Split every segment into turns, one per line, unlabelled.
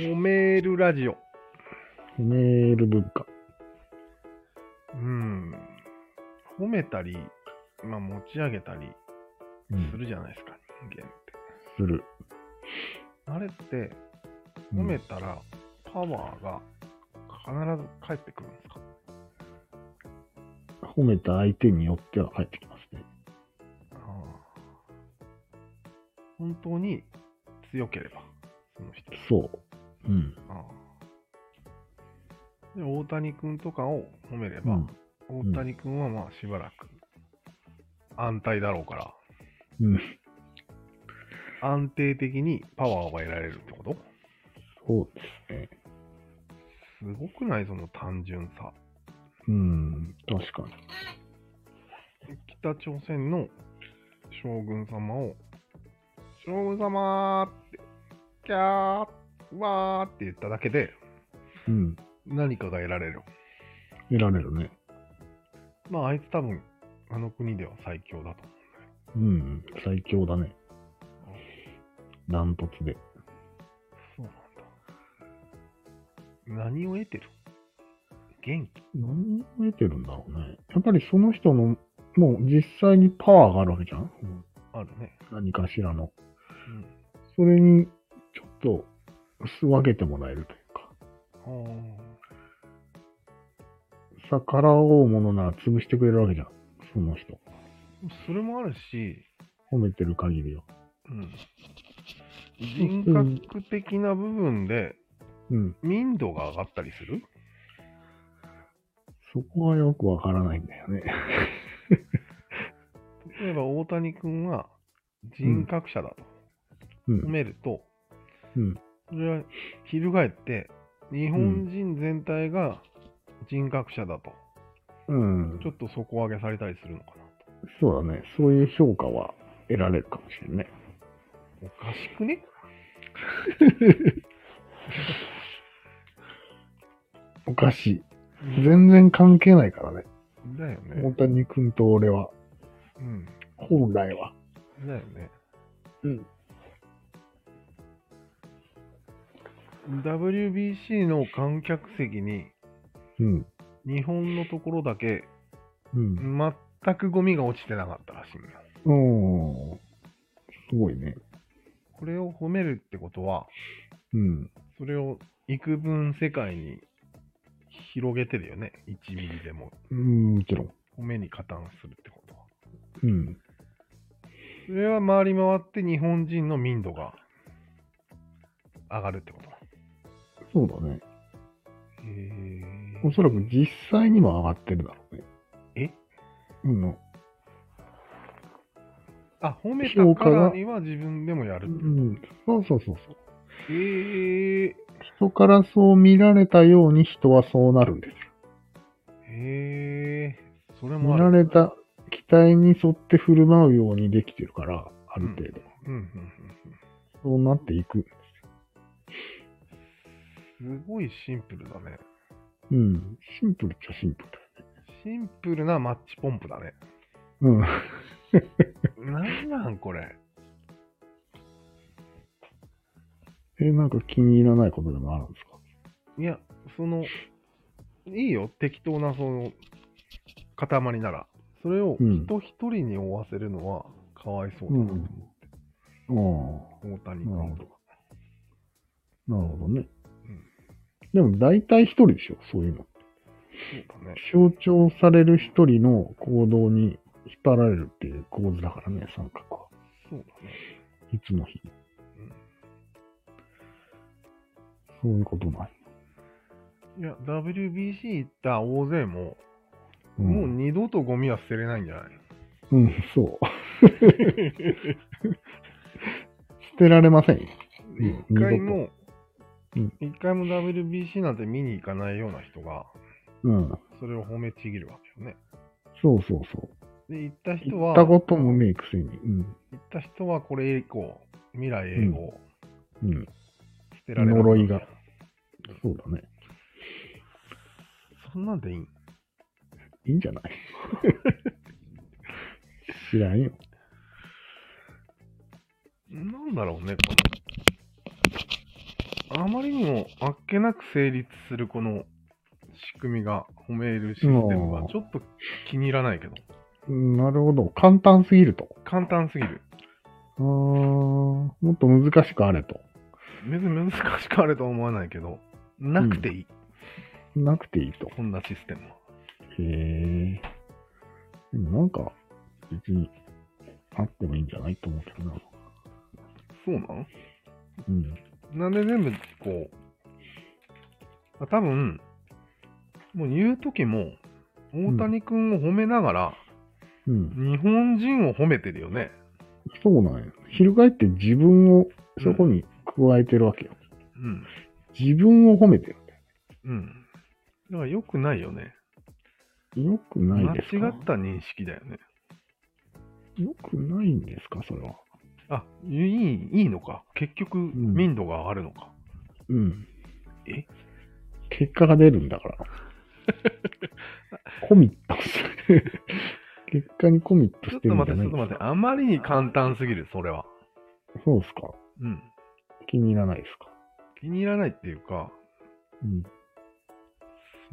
褒めるラジオ。
褒める文化。
うん。褒めたり、まあ持ち上げたりす
うん、
るじゃないですか、人間って。
する。
あれって、
うん
褒めたらパワーが必ず返ってくるんですか
褒めた相手によっては返ってきますね。
ああ本当に強ければ、その人。
そう。うん。
ああで、大谷君とかを褒めれ
う
ば、
ん。
大谷君はまあしばらく安泰だろうから、
うん
安定的にパワーが得られるってこと
そうですね。
すごくないその単純さ。
うん。確かに。
北朝鮮の将軍様を、将軍様ーって、キャーわーって言っただけで
うん。
何かが得られる。
得られるね。
まああいつ多分、あの国では最強だと。
うん。最強だね。ダントツで。
そうなんだ。何を得てる元気。
何を得てるんだろうね。やっぱりその人の、もう実際にパワーがあるわけじゃん。うん
あるね。
何かしらの。
うん
それに、ちょっと、素分けてもらえるというか。逆らおうものなら潰してくれるわけじゃん。その人。
それもあるし、
褒めてる限りは。
うん、人格的な部分で
うん。
民度が上がったりする
そこはよくわからないんだよね。
例えば大谷君は人格者だと
う
褒
ん。
めると、
うん。
それは翻って日本人全体が人格者だと、
うん
ち。ょっと底上げされたりするのか
そうだね。そういう評価は得られるかもしれないね。
な。おかしくね
おかしい。全然関係ないからね。
だよ
大
ね。
谷君と俺は、
うん。
本来は。
だよね。
うん。
WBC の観客席に
うん。
日本のところだけ
うん。
全くゴミが落ちてなかったらしいんよ。
おー。すごいね。
これを褒めるってことは、
うん。
それを幾分世界に広げてるよね。1ミリでも
うん、もちろん。
褒めに加担するってことは。
うん。
それは回り回って日本人の民度が上がるってことだ。
そうだね。
へえ
おそらく実際にも上がってるだろうね。
え
うん。
あ、褒めたからには自分でもやる
う
ってこと。
ん。そうそうそうそう。
へえ
人からそう見られたように人はそうなるんですよ。
へえそれも
見
あ
ら
る。
れた期待に沿って振る舞うようにできてるから、ある程度。
うんうん
そうなっていく。
うんうん。すごいシンプルだね。
うん。シンプルっちゃシンプル
シンプルなマッチポンプだね。
だよね。
なんなんこれ。
うん。え、なんか気に入らないことでもあるんですか
いや、その、いいよ。適当なその、塊なら。それを
うん
人一人に負わせるのはかわいそうだ
う
な、
ん。ああ。
大谷
なる
君
ほ
と
ど
か。。
なるほどね
うん。
でも大体一人でしょ、そういう
そ
の。
うだね。
象徴される一人の行動に引っ張られるっていう構図だからね、三角は。
そうだね。
いつの日も。
うん
そういうことない。
いや、WBC 行った大勢も、
うん、
もう二度とゴミは捨てれないんじゃない
うん、そう。 捨てられませんよ。うん
一回も、
二度と
一回も WBC なんて見に行かないような人が、
うん。
それを褒めちぎるわけよね。
そうそうそう。
で、行った人
行
は、
ったこ
行
ともねえくせに。うん。
った人はこれ以降、未来永劫
うん。
捨てられなくなる
呪いが。そうだね。
そんなんでいいん
いいんじゃない 知らんよ。
なんだろうね、こあまりにもあっけなく成立するこの仕組みが、褒めるシステムが
うん
ちょっと気に入らないけど、
なるほど。簡単すぎると。
簡単すぎる。
うーん、もっと難しくあれと。
別に難しくあるとは思わないけど、なくていい、
なくていいと。
こんなシステムは。
へえ。でもなんか、別に、あってもいいんじゃないと思うけどな。
そうなの
うん。
なんで全部こう、あ多分、もう言うときも、大谷君を褒めながら、
うん。
日本人を褒めてるよね。
そうなんや。翻って自分をそこに加えてるわけよ。
うん。
自分を褒めてるんだ
うん。だから良くないよね。
よ。よくない
間違
ですか
った認識だよね。
よくないんですかそれは。
あ、いい、いいのか。結局、
ん
民度が上がるのか。
うん。
え
結果が出るん だから。コミットする。結果にコミット
ちょ
し
ってと
るん
待
じ
って、
ゃな
ちょ
い
っと待って。あまりに簡単すぎる、それは。
そうですか
うん。
気に入らないですか
気に入らないっていうか、
うん。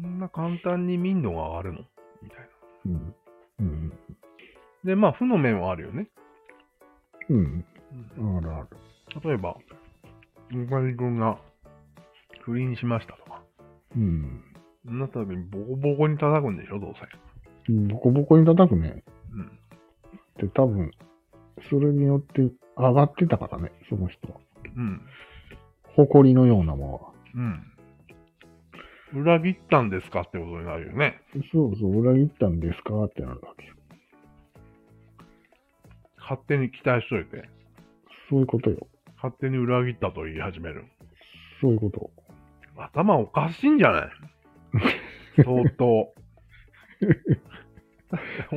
そんな簡単に民度が上がるのみたいな。
うん。うん。
で、まあ、負の面はあるよね。
うん。
うん
あるある。
例えば、大谷君が不倫しましたとか。
うん。
そんなった時にボコボコに叩くんでしょ、どうせ。
ボコボコに叩くね。
うん。
って多分、それによって上がってたからね、その人は。
うん。
誇りのようなものは。
うん。裏切ったんですかってことになるよね。
そうそう、裏切ったんですかってなるわけよ。
勝手に期待しといて。
そういうことよ。
勝手に裏切ったと言い始める。
そういうこと。
頭おかしいんじゃない相当。 お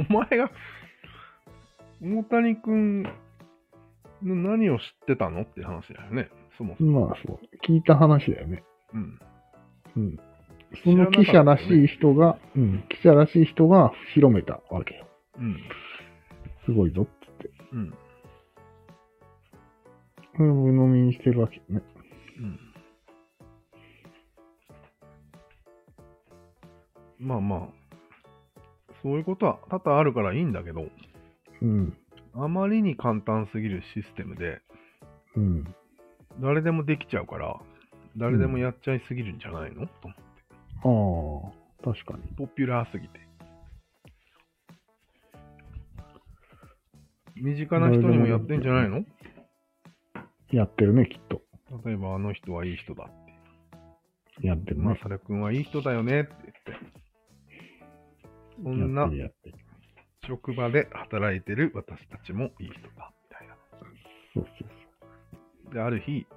前が、大谷君の何を知ってたのっていう話だよね。そもそも。
まあそう。聞いた話だよね。
うん。
うん。その記者らしい人が、うん、記者らしい人が広めたわけよ。
うん。
すごいぞって言って。
うん。
それを鵜呑みにしてるわけよね。
うん。まあまあ、そういうことは多々あるからいいんだけど、
うん。
あまりに簡単すぎるシステムで、
うん。
誰でもできちゃうから、誰でもやっちゃいすぎるんじゃないの、と
ああ、確かに。
ポピュラーすぎて。身近な人にもやってんじゃないの
やってるね、きっと。
例えばあの人はいい人だって。
やってる
ま
ね。
さるくんはいい人だよねって言って。そん
やっ
な
てるやってる。
職場で働いてる私たちもいい人だ、みたい
そうそう
な。で、ある日、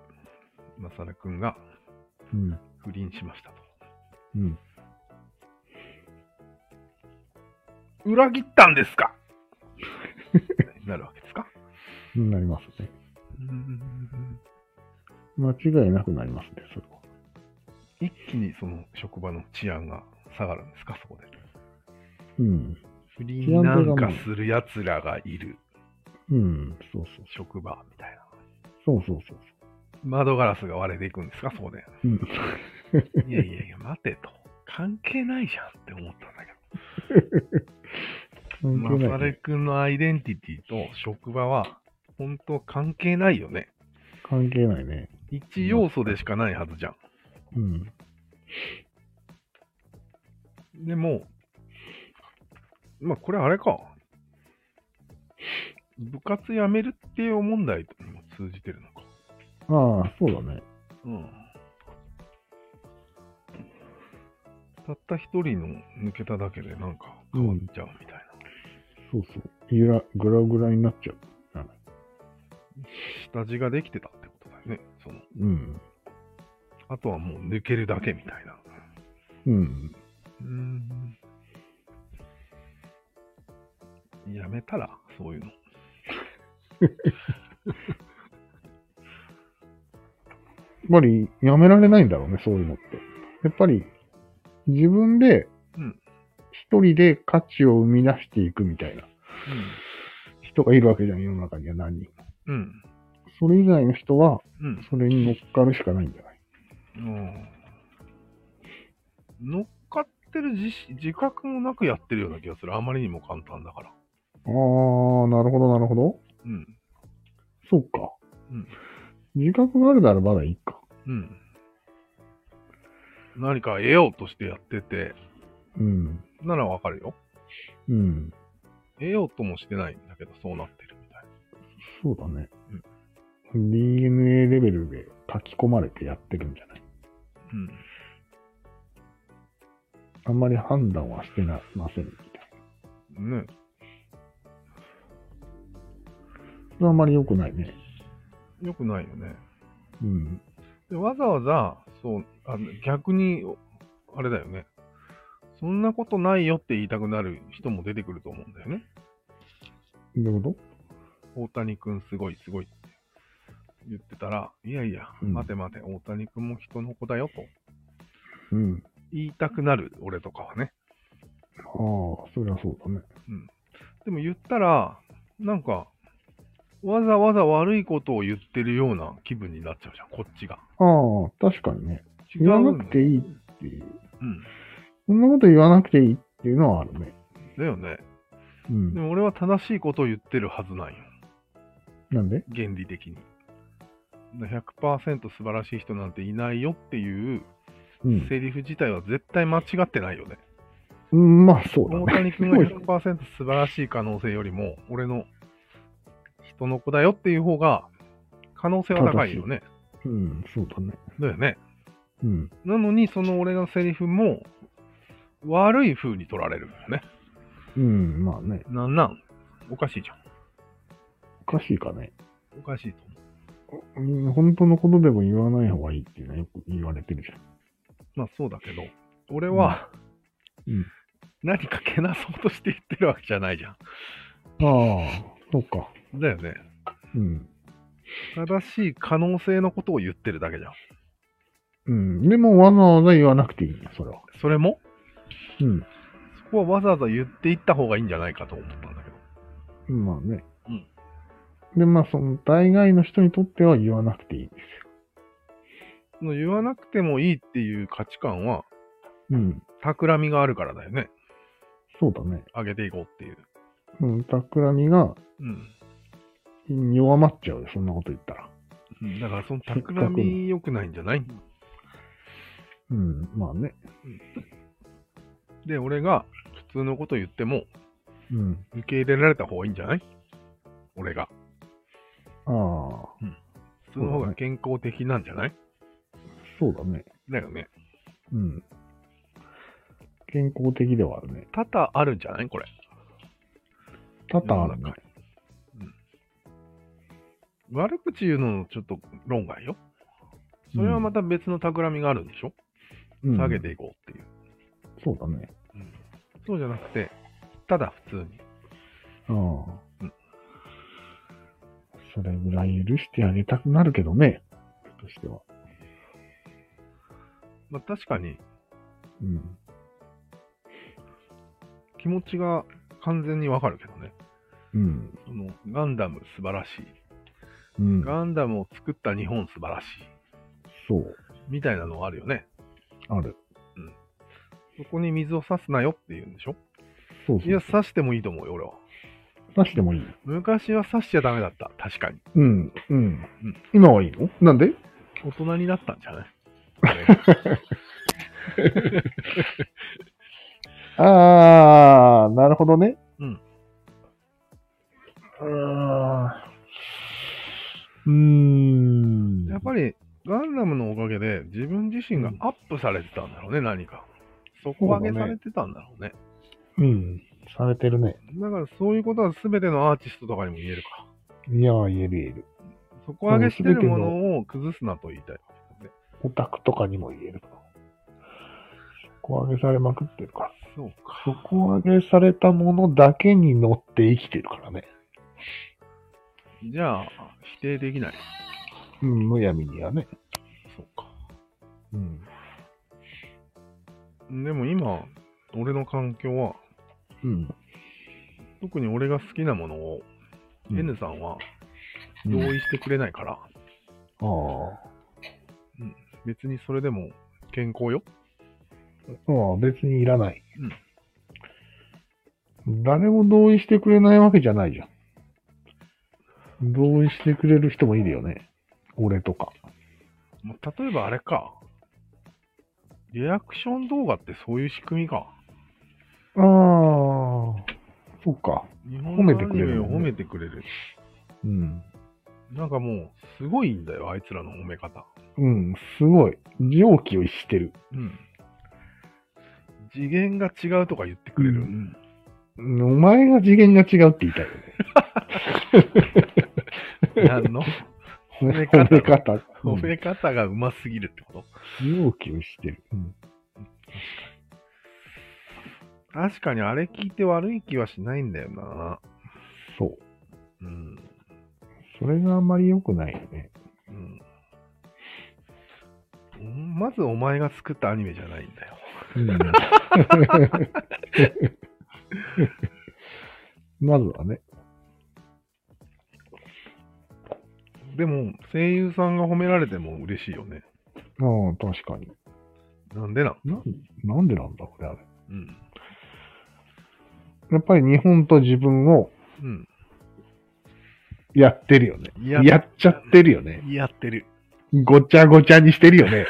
まさるくんが
そう。うん。
不倫しましたと。
うん。
裏切ったんですかなるわけですか
なりますね。間違いなくなりますね、それは。
一気にその職場の治安が下がるんですか、そこで。
うん。
不倫なんかするやつらがいる
うん。そうそう。
職場みたいな。
そうそうそう
窓ガラスが割れていくんですか、そこで。
そう。うん。
いやいやいや、待てと。関係ないじゃんって思ったんだけど。
関係
マサ
ない、
レ
ね。
君のアイデンティティと職場は、本当関係ないよね。
関係ないね。
一要素でしかないはずじゃん。
うん。
でも、まあこれあれか。部活辞めるっていう問題とも通じてるのか。
ああ、そうだね。
うん。たった一人の抜けただけでなんか変わっちゃうみたいな。
そうそう。ゆら、ぐらぐらになっちゃう。
下地ができてたってことだよね。その、
うん。
あとはもう抜けるだけみたいな。
うん。
うん。やめたら、そういうの。
やっぱりやめられないんだろうね、そういうのって。やっぱり自分で
うん
一人で価値を生み出していくみたいな人がいるわけじゃん、世の中には何人も。
うん。
それ以外の人は
うん。うん。
それに乗っかるしかないんじゃない
うん乗っかってる自し自覚もなくやってるような気がする。あまりにも簡単だから。
あー、なるほど、なるほど。
うん。
そうか。
うん。
自覚があるならまだいいか。
うん。何か得ようとしてやってて、
うん。
ならわかるよ。
うん。
得ようともしてないんだけど、そうなってるみたい。
そうだね。DNA レベルで書き込まれてやってるんじゃない
うん。
あんまり判断はしてな、ませんみたいな。
ね。
それはあんまり良くないね。
よくないよね。
うん。
でわざわざ、そう、あの逆に、あれだよね。そんなことないよって言いたくなる人も出てくると思うんだよね。
どういうこ
大谷くんすごいすごいって言ってたら、いやいや、
うん
待て待て、大谷くんも人の子だよと
とうん。
言いたくなる、俺とかはね。
ああ、そりゃそうだね。
でも言ったら、なんか、わざわざ悪いことを言ってるような気分になっちゃうじゃん、こっちが。
ああ、確かにね。
違
言わ
う
なん
だ
くていいっていう。
うん。
そんなこと言わなくていいっていうのはあるね。
だよね。で
うん。
も俺は正しいことを言ってるはずなんよ。
なんで
原理的に。だ100%素晴らしい人なんていないよっていう
うん。
セリフ自体は絶対間違ってないよね。
うん、まあそうだ
大谷
ね。
君が100%素晴らしい可能性よりも、俺の人の子だよっていう方が可能性は高いよね。
うん、そうだね。
だよね。
うん。
なのに、その俺のセリフも悪い風に取られるんだよね。
うん、まあね。
なんなんおかしいじゃ
おかしいかね。
ん。おかしいと思う。
うん本当のことでも言わない方がいいっていうのはよく言われてるじゃん。
まあそうだけど、俺は、
うんうん
何かけなそうとして言ってるわけじゃないじゃ
ああ、そうか。
ん。だよね。
うん。
正しい可能性のことを言ってるだけじゃん。
うん。でもわざわざ言わなくていいね、それは。
それも、
うん。
そこはわざわざ言っていった方がいいんじゃないかと思ったんだけど。
まあね。
うん
で、まあその大概の人にとっては言わなくていいんですよ。
その言わなくてもいいっていう価値観は、
うん。
企みがあるからだよね。
そうだね。
上げていこうっていう。
うん。企みが
うん。
弱まっちゃうよ、そんなこと言ったら。
うんだからその企み良くないんじゃない
うん。まあね。
で、俺が普通のこと言っても
うん。
受け入れられた方がいいんじゃない俺が。
ああ、
その方が健康的なんじゃない
そうだね。
だよね。
うん。健康的ではあるね。
多々あるんじゃないこれ。
多々あるね。
悪口言うのちょっと論外よ。それはまた別の企みがあるんでしょ、
うん
下げていこうっていう。
そうだね。
そうじゃなくて、ただ普通に。
ああ
うん。
それぐらい許してあげたくなるけどね。としては。
まあ確かに
うん。
気持ちが完全にわかるけどね。
うん。
そのガンダム素晴らしい。
うん。
ガンダムを作った日本素晴らしい。
そう。
みたいなのはあるよね。
ある。
そこに水を差すなよって言うんでしょ
そうそう。
いや、差してもいいと思うよ、俺は。
なしでもいい。
昔は差しちゃダメだった。確かに。
うん。うん。今はいいのなんで
大人になったんじゃない
ああ、なるほどね。
うん。
あーうーん。
やっぱり、ガンダムのおかげで自分自身がアップされてたんだろうね、何か。底上げされてたんだろうね。
うん。されてるね。
だからそういうことは全てのアーティストとかにも言えるか。
いやー、言える言える。
底上げしてるものを崩すなと言いたい。
オタクとかにも言えると。底上げされまくってるから。
そうか。
底上げされたものだけに乗って生きてるからね。
じゃあ、否定できない。
うん、むやみにはね。
そうか。
うん。
でも今、俺の環境は、
うん。
特に俺が好きなものを、
うん
N さんは同
うん
意してくれないから、
ああ。
別にそれでも健康よ。
まあ、別にいらない。誰も同意してくれないわけじゃないじゃん。同意してくれる人もいるよね。俺とか。
もう例えばあれか。リアクション動画ってそういう仕組みか。
ああ、そうか。
日
褒
本
め
の
て
ア
く
ニ
れる
メ
よ
を
ね
褒めてくれる。
うん。
なんかもう、すごいんだよ、あいつらの褒め方。
うん、すごい。常軌を逸してる。
うん。次元が違うとか言ってくれる。
うんうんお前が次元が違うって言いたいよね。
何の褒め方
褒め方。うん
褒め方がうますぎるってこと
常軌を逸してる。うん
確かにあれ聞いて悪い気はしないんだよな。
そう。
うん。
それがあんまり良くないよね。
うん。まずお前が作ったアニメじゃないんだよ。
うん、まずはね。
でも、声優さんが褒められても嬉しいよね。
ああ、確かに。
なんでなん
なんなんでなんだろうね、あれ。
うん。
やっぱり日本と自分を
うん。
やってるよね。
や
やっちゃってるよね。
やってる。
ごちゃごちゃにしてるよね。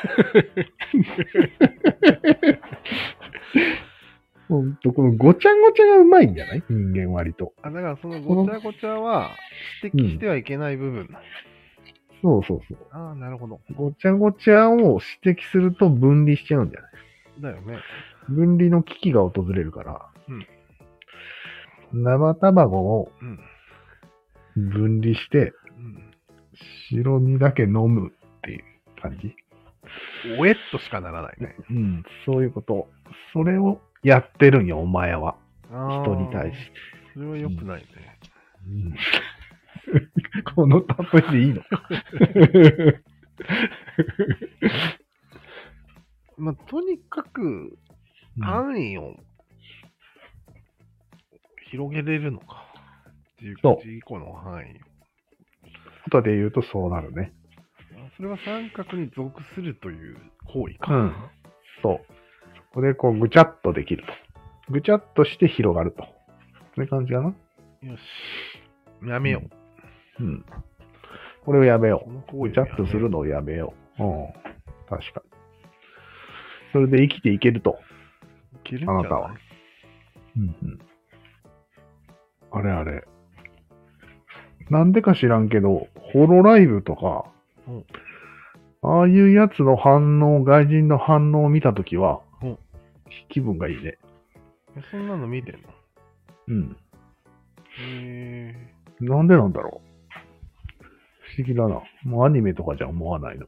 ほんと、このごちゃごちゃがうまいんじゃない人間割と。
あ、だからそのごちゃごちゃは指摘してはいけない部分なんだ。
そうそうそう。
ああ、なるほど。
ごちゃごちゃを指摘すると分離しちゃうんじゃない
だよね。
分離の危機が訪れるから。生卵を
うん。
分離して、白身だけ飲むっていう感じ。
うん。おえっとしかならないね。
うん、そういうこと。それをやってるんよ、お前は。
あー
人に対して。
それは良くないね。
このタップでいいの
まあ、とにかく、範囲を広げれるのか。
そう
事故の範囲を。
ことで言うとそうなるね。
あそれは三角に属するという行為か。
うん。そう。そこでこう、ぐちゃっとできると。ぐちゃっとして広がると。そういう感じかな。
よし。やめよう。
うん。これをやめよ
こ
う。
の行
ぐ
為
ちゃっとするのをやめよう。うん。確かに。それで生きていけると。
いけるんじ
あ
ゃ
な
ない
たは。うんうん。あれあれ。なんでか知らんけど、ホロライブとか、
うん
ああいうやつの反応、外人の反応を見たときは、
うん
気分がいいね。
えそんなの見てんの
うん。
へえ。
なんでなんだろう。不思議だな。もうアニメとかじゃ思わないの。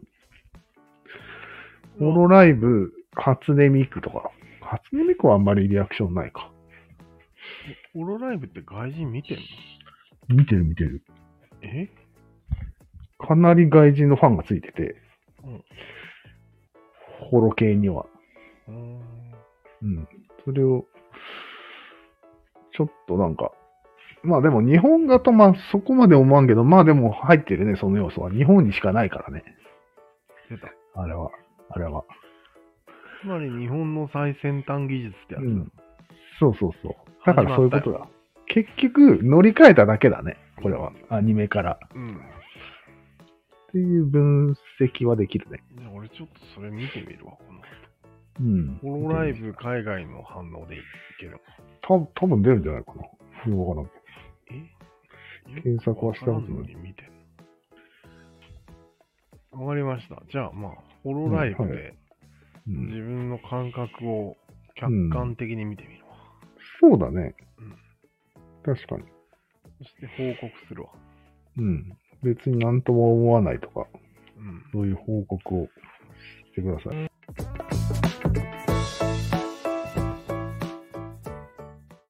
ホロライブ、初音ミクとか。初音ミクはあんまりリアクションないか。
オロライブって外人見てんの
見てる見てる。
え
かなり外人のファンがついてて、
うん
ホロ系には。
うーん。
うん。それを、ちょっとなんか、まあでも日本画とまあそこまで思わんけど、まあでも入ってるね、その要素は。日本にしかないからね。
出た。
あれは。あれは。
つまり日本の最先端技術ってや
う
つ。
ん。そうそうそう。だからそういうこと
始まった
だ。結局、乗り換えただけだね。これは。アニメから。
うん。
っていう分析はできるね。
じゃあ俺ちょっとそれ見てみるわ、この。
うん。
ホロライブ海外の反応でいける。
多分多分出るんじゃないかな。よくわからんけど
え
検索はしたこ
わ
とない
からんのに見てんのわかりました。じゃあまあ、ホロライブ
うんは
で
うん
自分の感覚を客観的に見てみるわ。
そうだね。
うん
確かに。
そして報告するわ。
うん。別になんとも思わないとか、
うん。
そういう報告をしてください。